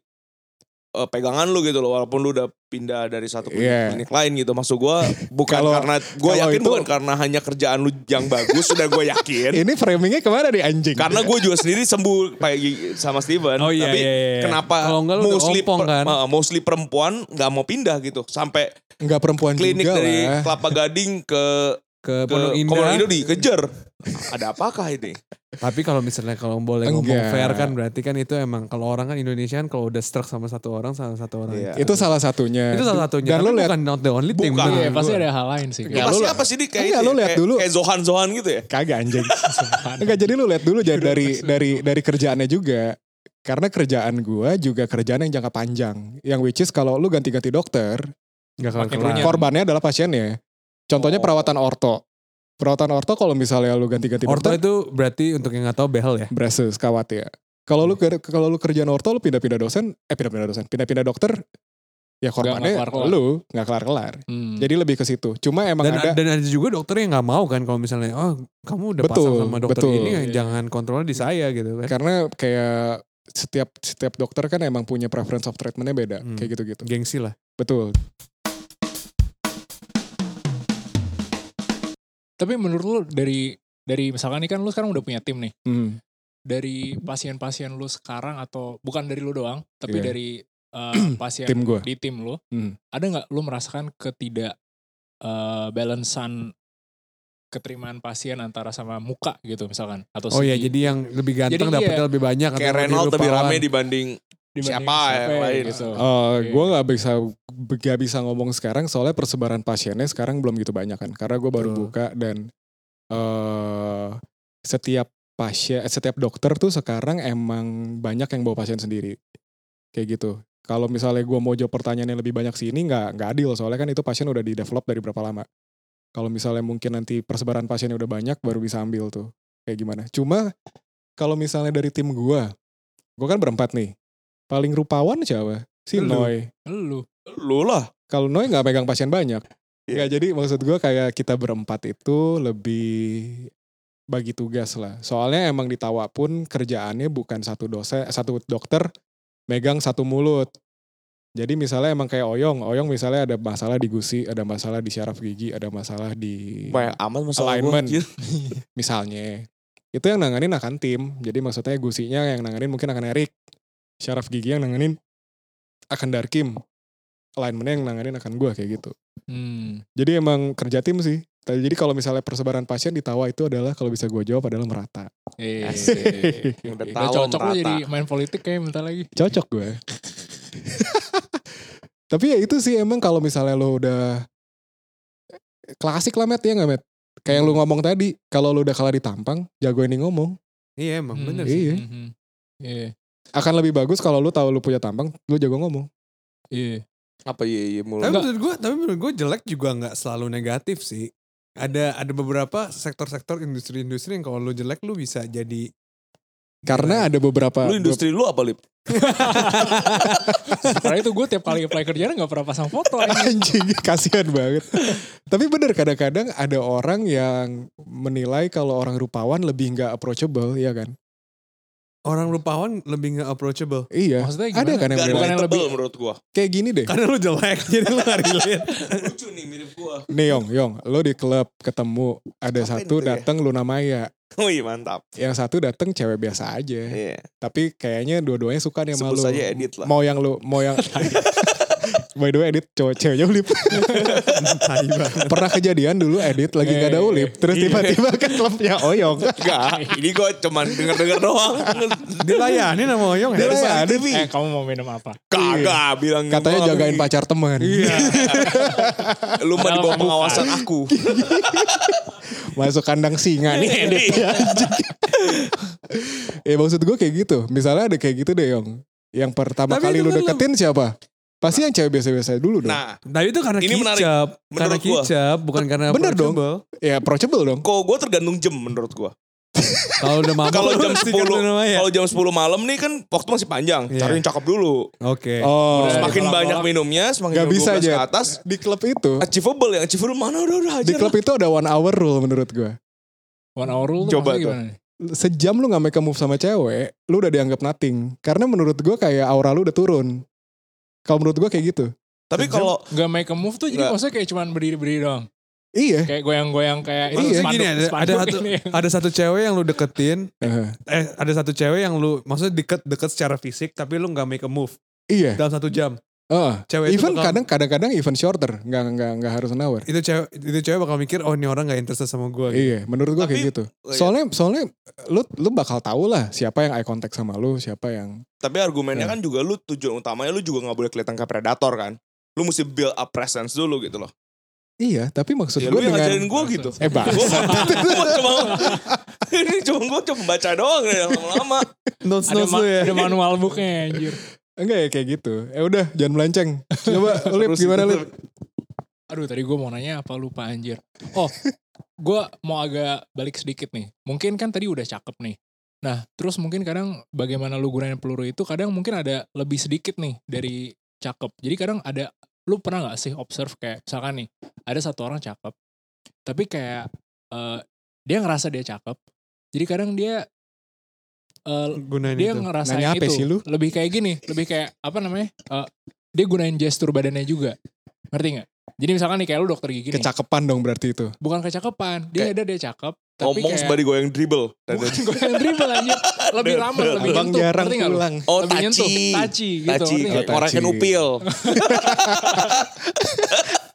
Speaker 5: eh, pegangan lu gitu loh walaupun lu udah pindah dari satu klinik,
Speaker 3: Iya.
Speaker 5: klinik lain gitu. Maksud gue bukan
Speaker 3: Kalau-
Speaker 5: karena gue
Speaker 3: kalau
Speaker 5: yakin
Speaker 3: itu-
Speaker 5: bukan karena hanya kerjaan lu yang bagus sudah gue yakin.
Speaker 3: Ini framingnya kemana nih anjing?
Speaker 5: Karena gue juga sendiri sembuh kayak gi- sama Steven.
Speaker 6: Oh iya,
Speaker 5: Tapi
Speaker 6: iya, iya.
Speaker 5: kenapa
Speaker 6: Kalau enggak lu udah
Speaker 5: mostly,
Speaker 6: ompong
Speaker 5: per-
Speaker 6: kan?
Speaker 5: eh, mostly perempuan nggak mau pindah gitu. Sampai
Speaker 3: nggak perempuan
Speaker 5: klinik
Speaker 3: juga
Speaker 5: dari
Speaker 3: lah.
Speaker 5: Kelapa Gading ke
Speaker 6: ke
Speaker 5: ke
Speaker 6: Pondok
Speaker 5: Komando
Speaker 6: Indah
Speaker 5: Indo dikejar. Ada apakah ini?
Speaker 6: tapi kalau misalnya kalau boleh ngomong
Speaker 3: Enggak.
Speaker 6: fair kan berarti kan itu emang kalau orang kan Indonesia kan kalau udah struck sama satu orang salah satu orang
Speaker 5: Iya.
Speaker 3: Itu salah satunya.
Speaker 6: itu salah satunya
Speaker 3: Dan
Speaker 6: kan
Speaker 3: lu
Speaker 6: Tapi
Speaker 3: lihat
Speaker 6: bukan not the only thing
Speaker 5: Bukan.
Speaker 6: menurut
Speaker 3: Ah.
Speaker 4: iya
Speaker 6: gua.
Speaker 4: pasti ada hal lain sih
Speaker 3: Ya,
Speaker 5: Ya,
Speaker 4: kayak.
Speaker 5: pasti
Speaker 3: lu-
Speaker 5: apa sih di kayak ya,
Speaker 3: Enggak, lu lihat
Speaker 5: kayak-
Speaker 3: dulu.
Speaker 5: kayak Zohan Zohan gitu ya?
Speaker 3: kagak anjing. Enggak jadi lu lihat dulu jadi dari dari dari kerjaannya juga. Karena kerjaan gua juga kerjaan yang jangka panjang. Yang which is kalau lu ganti-ganti dokter,
Speaker 6: nggak kelar
Speaker 4: Makin punya.
Speaker 6: kelar
Speaker 3: korbannya adalah pasiennya. Contohnya
Speaker 5: Oh.
Speaker 3: perawatan orto. Perawatan orto kalau misalnya lu ganti-ganti
Speaker 6: orto
Speaker 3: dokter,
Speaker 6: itu berarti untuk yang nggak tahu behel ya
Speaker 3: braces, kawat ya. Kalau lu ker- kalau lu kerjaan orto lu pindah-pindah dosen, eh pindah-pindah dosen, pindah-pindah dokter, ya korbannya
Speaker 4: nggak kelar-kelar.
Speaker 3: lu nggak kelar-kelar.
Speaker 4: Hmm.
Speaker 3: Jadi lebih ke situ. Cuma emang
Speaker 6: dan
Speaker 3: ada
Speaker 6: dan ada juga dokter yang nggak mau kan kalau misalnya oh kamu udah pasang
Speaker 3: Betul,
Speaker 6: sama dokter
Speaker 3: betul.
Speaker 6: ini
Speaker 4: Iya.
Speaker 6: jangan kontrolnya di saya gitu kan
Speaker 3: karena kayak setiap setiap dokter kan emang punya preference of treatmentnya beda
Speaker 6: Hmm.
Speaker 3: kayak gitu-gitu.
Speaker 6: gengsi lah
Speaker 3: Betul.
Speaker 4: tapi menurut lu dari dari misalkan ini kan lu sekarang udah punya tim nih
Speaker 3: Hmm.
Speaker 4: dari pasien-pasien lu sekarang atau bukan dari lu doang tapi
Speaker 3: Iya.
Speaker 4: dari eh, pasien
Speaker 6: Iya.
Speaker 3: Tim gue.
Speaker 4: di tim lu
Speaker 3: Hmm.
Speaker 4: ada nggak lu merasakan ketidak eh, balancean keterimaan pasien antara sama muka gitu misalkan atau
Speaker 6: oh
Speaker 4: segi
Speaker 6: ya jadi yang lebih ganteng
Speaker 4: Jadi
Speaker 6: dapetnya
Speaker 4: iya.
Speaker 6: lebih banyak atau
Speaker 5: Kayak
Speaker 6: yang
Speaker 5: Reynolds lebih
Speaker 6: rupawan.
Speaker 5: rame dibanding
Speaker 4: dibanding
Speaker 5: siapa yang lain.
Speaker 4: gitu.
Speaker 6: Oh.
Speaker 4: Oke.
Speaker 3: gue Eh, nggak bisa gak bisa ngomong sekarang soalnya persebaran pasiennya sekarang belum gitu banyak kan karena gue baru
Speaker 6: Betul.
Speaker 3: buka dan eh setiap pasien eh, setiap dokter tuh sekarang emang banyak yang bawa pasien sendiri kayak gitu kalau misalnya gue mau jawab pertanyaan yang lebih banyak sini nggak nggak adil soalnya kan itu pasien udah di develop dari berapa lama kalau misalnya mungkin nanti persebaran pasiennya udah banyak baru bisa ambil tuh kayak gimana cuma kalau misalnya dari tim gue gue kan berempat nih paling rupawan siapa si
Speaker 6: Lu.
Speaker 3: Noy
Speaker 4: lu
Speaker 5: lu lah.
Speaker 3: kalau Noy nggak pegang pasien banyak
Speaker 5: Iya.
Speaker 3: Nggak, jadi maksud gue kayak kita berempat itu lebih bagi tugas lah. Soalnya emang di Tawa pun kerjaannya bukan satu dosen, satu dokter megang satu mulut. Jadi misalnya emang kayak Oyong, Oyong misalnya ada masalah di gusi, ada masalah di syaraf gigi, ada masalah di
Speaker 5: Banyak amat
Speaker 3: Iya.
Speaker 5: masalah gua,
Speaker 3: Alignment.
Speaker 5: anjir.
Speaker 3: misalnya. Itu yang nanganin akan tim. Jadi maksudnya gusinya yang nanganin mungkin akan Erik. Syaraf gigi yang nanganin akan Darkim. Alignmentnya yang nanganin akan gue kayak gitu.
Speaker 4: Hmm.
Speaker 3: Jadi emang kerja tim sih. Tapi Jadi kalau misalnya persebaran pasien di Tawa itu adalah kalau bisa gue jawab adalah merata.
Speaker 4: Eh,
Speaker 3: Asik.
Speaker 5: Udah
Speaker 4: Nggak
Speaker 5: tahu
Speaker 4: cocok lo
Speaker 5: merata.
Speaker 4: jadi main politik kayak bentar lagi.
Speaker 3: Cocok gue. Tapi ya itu sih emang kalau misalnya lo udah klasik lah Matt ya nggak Matt? Kayak yang lu ngomong tadi, kalau lu udah kalah di tampang, jagoin yang ngomong.
Speaker 6: Iya emang
Speaker 4: Hmm,
Speaker 6: bener sih.
Speaker 3: iya.
Speaker 4: mhm. Iya.
Speaker 3: Akan lebih bagus kalau lu tahu lu punya tampang, lu jago ngomong.
Speaker 4: Iya.
Speaker 5: apa iya iya mulu.
Speaker 6: Tapi
Speaker 4: Enggak.
Speaker 6: menurut gue, tapi menurut gue jelek juga nggak selalu negatif sih. Ada ada beberapa sektor-sektor industri-industri yang kalau lu jelek lu bisa jadi
Speaker 3: Karena ada beberapa
Speaker 5: Lu industri lu apa lip?
Speaker 4: Karena itu gue tiap kali apply kerjaan gak pernah pasang foto. anjing.
Speaker 3: Anjing, kasihan banget. Tapi bener kadang-kadang ada orang yang menilai kalau orang rupawan lebih nggak approachable, ya kan?
Speaker 6: orang rupawan lebih nggak approachable.
Speaker 3: Iya.
Speaker 4: Maksudnya gimana?
Speaker 3: Ada kan yang
Speaker 5: Gak
Speaker 3: bilang
Speaker 4: bukan yang
Speaker 5: relatable
Speaker 4: lebih-
Speaker 5: menurut gua.
Speaker 3: kayak gini deh.
Speaker 6: Karena lu jelek jadi lu gak relate.
Speaker 5: Lucu nih mirip gua.
Speaker 3: Nih Yong, Yong, lo di klub ketemu ada
Speaker 5: Ngapain
Speaker 3: satu
Speaker 5: itu ya?
Speaker 3: datang Luna Maya,
Speaker 5: Wih mantap.
Speaker 3: yang satu datang cewek biasa aja.
Speaker 5: Iya.
Speaker 3: Tapi kayaknya dua-duanya suka nih sama
Speaker 5: Sebut
Speaker 3: lo.
Speaker 5: saja edit lah.
Speaker 3: Mau yang lu, mau yang By the way edit cowok ceweknya ulip
Speaker 6: Tai banget. Iya,
Speaker 3: Pernah kejadian dulu edit lagi gak ada ulip Terus tiba-tiba ke klubnya Oyong
Speaker 5: Enggak, ini gua cuman denger-denger doang.
Speaker 6: Dilayani sama Oyong ya.
Speaker 5: Dari Saat
Speaker 3: ada-
Speaker 5: TV.
Speaker 4: Eh kamu mau minum apa?
Speaker 5: Kagak bilang
Speaker 3: iya. Katanya
Speaker 5: gua-
Speaker 3: jagain pacar teman
Speaker 6: Iya.
Speaker 5: Lu mah di bawah
Speaker 4: Bukan.
Speaker 5: pengawasan aku.
Speaker 3: Masuk kandang singa nih
Speaker 6: Iya,
Speaker 3: edit Ya maksud gue kayak gitu. Misalnya ada kayak gitu deh, Yong. Yang pertama
Speaker 6: Tapi
Speaker 3: kali
Speaker 6: itu
Speaker 3: lu
Speaker 6: kan lu-
Speaker 3: deketin siapa? Pasti yang cewek biasa-biasa dulu dong.
Speaker 5: Nah,
Speaker 6: Tapi itu karena
Speaker 5: Ini menarik.
Speaker 6: kicap,
Speaker 5: Menurut
Speaker 6: karena
Speaker 5: gua.
Speaker 6: kicap, bukan karena
Speaker 3: Bener dong.
Speaker 6: approachable.
Speaker 3: Ya approachable dong.
Speaker 5: kok gua tergantung jam menurut gua.
Speaker 6: Kalau udah mabuk ya.
Speaker 5: Kalau jam
Speaker 6: mesti karena
Speaker 5: 10
Speaker 6: namanya.
Speaker 3: Iya.
Speaker 5: Kalau jam 10 malam nih kan waktu masih panjang.
Speaker 6: Iya.
Speaker 5: Cari yang cakep dulu.
Speaker 6: Oke.
Speaker 3: Oh,
Speaker 4: Udah,
Speaker 5: Semakin
Speaker 4: ditolak-tolak.
Speaker 5: banyak minumnya, semakin
Speaker 3: Nggak
Speaker 5: jam
Speaker 3: bisa
Speaker 5: 12 ke
Speaker 3: aja.
Speaker 5: atas.
Speaker 3: di klub itu,
Speaker 5: Achievable yang achievable mana udah udah
Speaker 3: di
Speaker 5: aja.
Speaker 3: klub
Speaker 5: lah.
Speaker 3: itu ada one hour rule menurut gue.
Speaker 4: One hour rule
Speaker 5: Coba
Speaker 4: maksudnya
Speaker 5: tuh.
Speaker 4: gimana? nih?
Speaker 3: Sejam lu nggak make a move sama cewek, lu udah dianggap nothing. Karena menurut gue kayak aura lu udah turun. Kalau menurut gue kayak gitu.
Speaker 5: Tapi kalau
Speaker 4: Gak make a move tuh jadi
Speaker 5: Nggak.
Speaker 4: maksudnya kayak cuman berdiri-berdiri doang.
Speaker 3: Iya.
Speaker 4: Kayak goyang-goyang kayak itu
Speaker 6: Maksudnya
Speaker 4: spanduk-
Speaker 6: Iya, gini ada, ada
Speaker 4: spanduk
Speaker 6: satu
Speaker 4: ini.
Speaker 6: ada satu cewek yang lu deketin,
Speaker 3: Eh,
Speaker 6: eh ada satu cewek yang lu maksudnya deket deket secara fisik tapi lu nggak make a move
Speaker 3: iya.
Speaker 6: dalam satu jam.
Speaker 3: Heeh.
Speaker 6: Cewek itu
Speaker 3: even
Speaker 6: bakal-
Speaker 3: kadang kadang-kadang even shorter, nggak nggak nggak harus an hour.
Speaker 6: Itu cewek itu cewek bakal mikir oh ini orang nggak interest sama gue.
Speaker 3: Iya, menurut gue
Speaker 5: Oh, Tapi-
Speaker 3: kayak gitu.
Speaker 5: Oh, iya.
Speaker 3: Soalnya soalnya lu lu bakal tahu lah siapa yang eye contact sama lu, siapa yang
Speaker 5: tapi argumennya
Speaker 3: Iya.
Speaker 5: kan juga lu tujuan utamanya lu juga nggak boleh kelihatan kayak predator kan. Lu mesti build up presence dulu gitu loh.
Speaker 3: Iya, tapi maksud
Speaker 5: Ya,
Speaker 3: gue
Speaker 5: lu yang
Speaker 3: dengan
Speaker 5: ngajarin gue gitu.
Speaker 3: eh bang,
Speaker 5: Gue cuma ini cuma gue cuma baca doang ya lama-lama.
Speaker 6: Notes
Speaker 4: Ada,
Speaker 6: notes
Speaker 4: ma-
Speaker 6: lu ya.
Speaker 4: ada manual booknya anjir.
Speaker 3: enggak ya kayak gitu. Eh udah, jangan melenceng. Coba Lip
Speaker 5: Terus
Speaker 3: gimana
Speaker 5: itu
Speaker 3: Lip?
Speaker 4: Aduh tadi gue mau nanya apa lupa anjir. Oh gue mau agak balik sedikit nih. Mungkin kan tadi udah cakep nih. Nah terus mungkin kadang bagaimana lu gunain peluru itu kadang mungkin ada lebih sedikit nih dari cakep. Jadi kadang ada lu pernah nggak sih observe kayak misalkan nih ada satu orang cakep tapi kayak eh, dia ngerasa dia cakep. Jadi kadang dia eh,
Speaker 6: Gunain
Speaker 4: dia
Speaker 5: gitu.
Speaker 6: itu.
Speaker 4: ngerasain
Speaker 3: Nanya apa
Speaker 4: itu
Speaker 3: sih lu?
Speaker 4: lebih kayak gini lebih kayak apa namanya Eh dia gunain gestur badannya juga ngerti nggak jadi misalkan nih kayak lu dokter gigi nih
Speaker 3: Kecakepan dong berarti itu.
Speaker 4: bukan kecakepan dia
Speaker 5: Kayak-
Speaker 4: ada dia cakep tapi
Speaker 5: Ngomong
Speaker 4: kayak
Speaker 5: sembari goyang dribble.
Speaker 4: bukan goyang dribble aja lebih ramah lebih
Speaker 3: Abang
Speaker 4: nyentuh
Speaker 3: jarang
Speaker 4: ngerti nggak lu
Speaker 3: pulang.
Speaker 5: Oh
Speaker 4: lebih nyentuh
Speaker 5: taci.
Speaker 4: taci gitu
Speaker 5: Taci. Oh,
Speaker 4: ngerti nggak?
Speaker 3: taci.
Speaker 5: Ngorakin upil.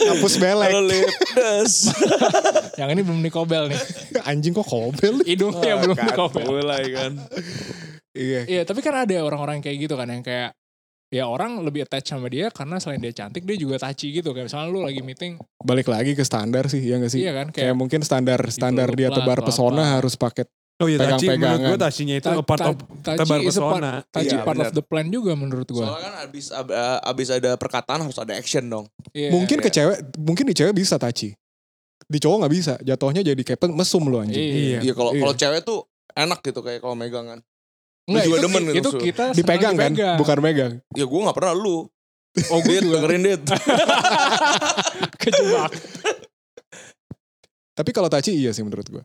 Speaker 3: Hapus belek.
Speaker 5: Halo Lip. Des.
Speaker 4: yang ini belum dikobel nih
Speaker 3: Anjing kok kobel.
Speaker 4: hidungnya belum
Speaker 5: Kan,
Speaker 4: dikobel
Speaker 5: Mulai kan.
Speaker 3: Iya.
Speaker 4: Iya, tapi kan ada orang-orang kayak gitu kan yang kayak ya orang lebih attach sama dia karena selain dia cantik dia juga taci gitu kayak misalnya lu lagi meeting
Speaker 3: Balik lagi ke standar sih, ya gak sih?
Speaker 4: iya kan
Speaker 3: Kayak
Speaker 4: kayak,
Speaker 3: mungkin standar standar
Speaker 4: peluk
Speaker 3: dia
Speaker 4: lah
Speaker 3: tebar
Speaker 4: atau
Speaker 3: pesona
Speaker 4: apa.
Speaker 3: harus pakai
Speaker 6: Oh iya taci
Speaker 3: pegang-pegangan.
Speaker 6: menurut gue tacinya itu
Speaker 4: Ta-
Speaker 6: a part
Speaker 4: ta-
Speaker 6: of
Speaker 4: taci
Speaker 6: tebar
Speaker 4: is a part-
Speaker 6: pesona.
Speaker 4: taci
Speaker 5: Iya,
Speaker 4: part of
Speaker 5: benar.
Speaker 4: the plan juga menurut gua
Speaker 5: Soalnya kan abis, ab- eh, abis ada perkataan harus ada action dong.
Speaker 4: Iya.
Speaker 3: mungkin
Speaker 5: iya.
Speaker 3: ke cewek, mungkin di cewek bisa taci. Di cowok nggak bisa, jatuhnya jadi kayak pen- mesum lu anjing.
Speaker 4: iya.
Speaker 5: Iya kalau
Speaker 3: Iya.
Speaker 5: kalau cewek tuh enak gitu kayak kalau megangan.
Speaker 4: Enggak,
Speaker 5: juga
Speaker 4: itu,
Speaker 5: demen gitu
Speaker 4: itu
Speaker 5: maksudnya.
Speaker 4: kita senang
Speaker 3: Dipegang kan,
Speaker 4: dipegang.
Speaker 3: bukan megang.
Speaker 5: Ya gue nggak pernah lu.
Speaker 4: oh gue
Speaker 5: Dit,
Speaker 4: juga
Speaker 5: dengerin dit.
Speaker 4: kejebak
Speaker 3: Tapi kalau Taci iya sih menurut gue.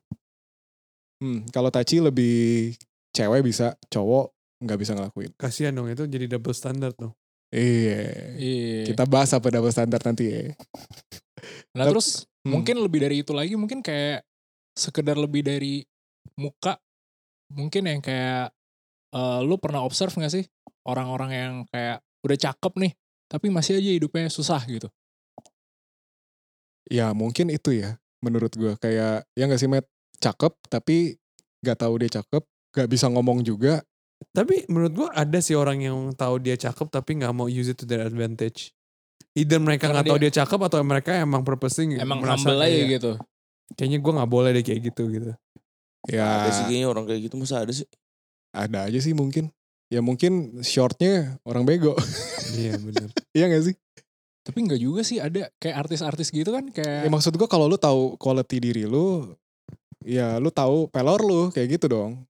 Speaker 3: Hmm, kalau Taci lebih cewek bisa, cowok nggak bisa ngelakuin.
Speaker 6: Kasihan dong itu jadi double standard dong.
Speaker 3: Iya.
Speaker 4: Iya.
Speaker 3: Kita bahas apa double standar nanti ya.
Speaker 4: Nah
Speaker 3: Tapi-
Speaker 4: terus
Speaker 3: Hmm.
Speaker 4: mungkin lebih dari itu lagi mungkin kayak sekedar lebih dari muka mungkin yang kayak eh, lu pernah observe gak sih orang-orang yang kayak udah cakep nih tapi masih aja hidupnya susah gitu.
Speaker 3: Ya mungkin itu ya menurut gue kayak ya nggak sih Matt cakep tapi nggak tahu dia cakep nggak bisa ngomong juga
Speaker 6: Tapi menurut gua ada sih orang yang tahu dia cakep tapi nggak mau use it to their advantage. Either mereka
Speaker 4: Karena
Speaker 6: nggak tahu dia cakep atau mereka emang purposely
Speaker 3: Iya,
Speaker 6: nggak-
Speaker 4: Emang
Speaker 6: merasa
Speaker 4: humble aja
Speaker 6: kayak,
Speaker 4: gitu.
Speaker 6: Kayaknya gua nggak boleh deh kayak gitu gitu.
Speaker 3: ya
Speaker 5: Ada sih kayaknya orang kayak gitu masa ada sih.
Speaker 3: ada aja sih mungkin ya mungkin shortnya orang bego
Speaker 6: Iya benar.
Speaker 3: iya nggak sih
Speaker 4: Tapi nggak juga sih ada kayak artis-artis gitu kan
Speaker 3: ya,
Speaker 5: Iya.
Speaker 4: kayak
Speaker 3: maksud gue kalau lu tahu quality diri lu ya lu tahu pelor lu kayak gitu dong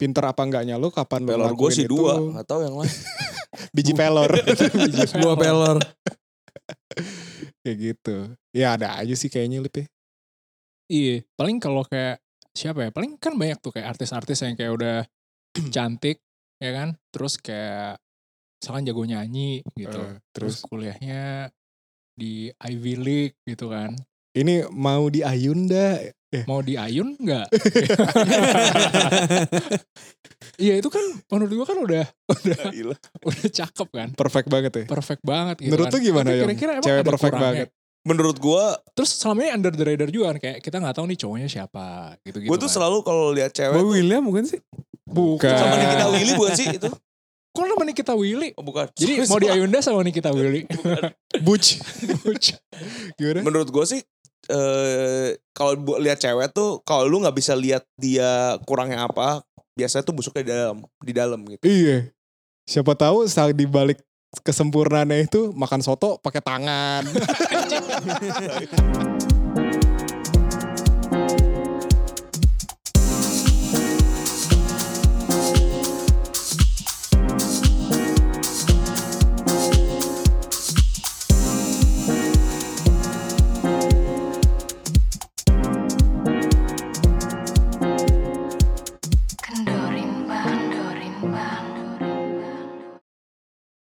Speaker 3: pinter apa enggaknya lu kapan lu
Speaker 5: Pelor gue
Speaker 3: ngelakuin
Speaker 5: sih
Speaker 3: itu,
Speaker 5: dua, nggak tahu yang lain.
Speaker 3: biji pelor
Speaker 6: Gua pelor.
Speaker 3: kayak gitu ya ada aja sih kayaknya lip ya.
Speaker 4: iya paling kalau kayak siapa ya paling kan banyak tuh kayak artis-artis yang kayak udah cantik ya kan terus kayak misalkan jago nyanyi gitu.
Speaker 3: Eh, terus
Speaker 4: terus kuliahnya di Ivy League gitu kan
Speaker 3: ini mau di Ayunda
Speaker 4: mau di Ayun nggak iya itu kan menurut gua kan udah udah
Speaker 5: Gila.
Speaker 4: udah cakep kan
Speaker 3: perfect banget ya
Speaker 4: perfect banget gitu
Speaker 3: Iya. Menurut
Speaker 4: kan.
Speaker 3: lu gimana,
Speaker 4: Tapi
Speaker 3: Yong?
Speaker 4: kira-kira emang
Speaker 3: Cewek
Speaker 4: ada
Speaker 3: perfect
Speaker 4: kurangnya?
Speaker 3: banget.
Speaker 5: Menurut gue,
Speaker 4: terus selama ini under the radar juga kan kayak kita nggak tahu nih cowoknya siapa gitu gitu
Speaker 5: gue tuh selalu kalau lihat cewek
Speaker 6: Boy William bukan sih?
Speaker 3: bukan
Speaker 5: sama Nikita Willy bukan sih itu?
Speaker 4: kok nama Nikita Willy
Speaker 5: Oh, bukan.
Speaker 4: jadi mau di Ayunda sama Nikita Willy
Speaker 3: Buch gimana
Speaker 5: Menurut gue sih eh kalau bu- lihat cewek tuh kalau lu nggak bisa lihat dia kurangnya apa, biasanya tuh busuknya di dalam, di dalam gitu.
Speaker 3: Iya. Siapa tahu saat dibalik kesempurnaannya itu makan soto pakai tangan.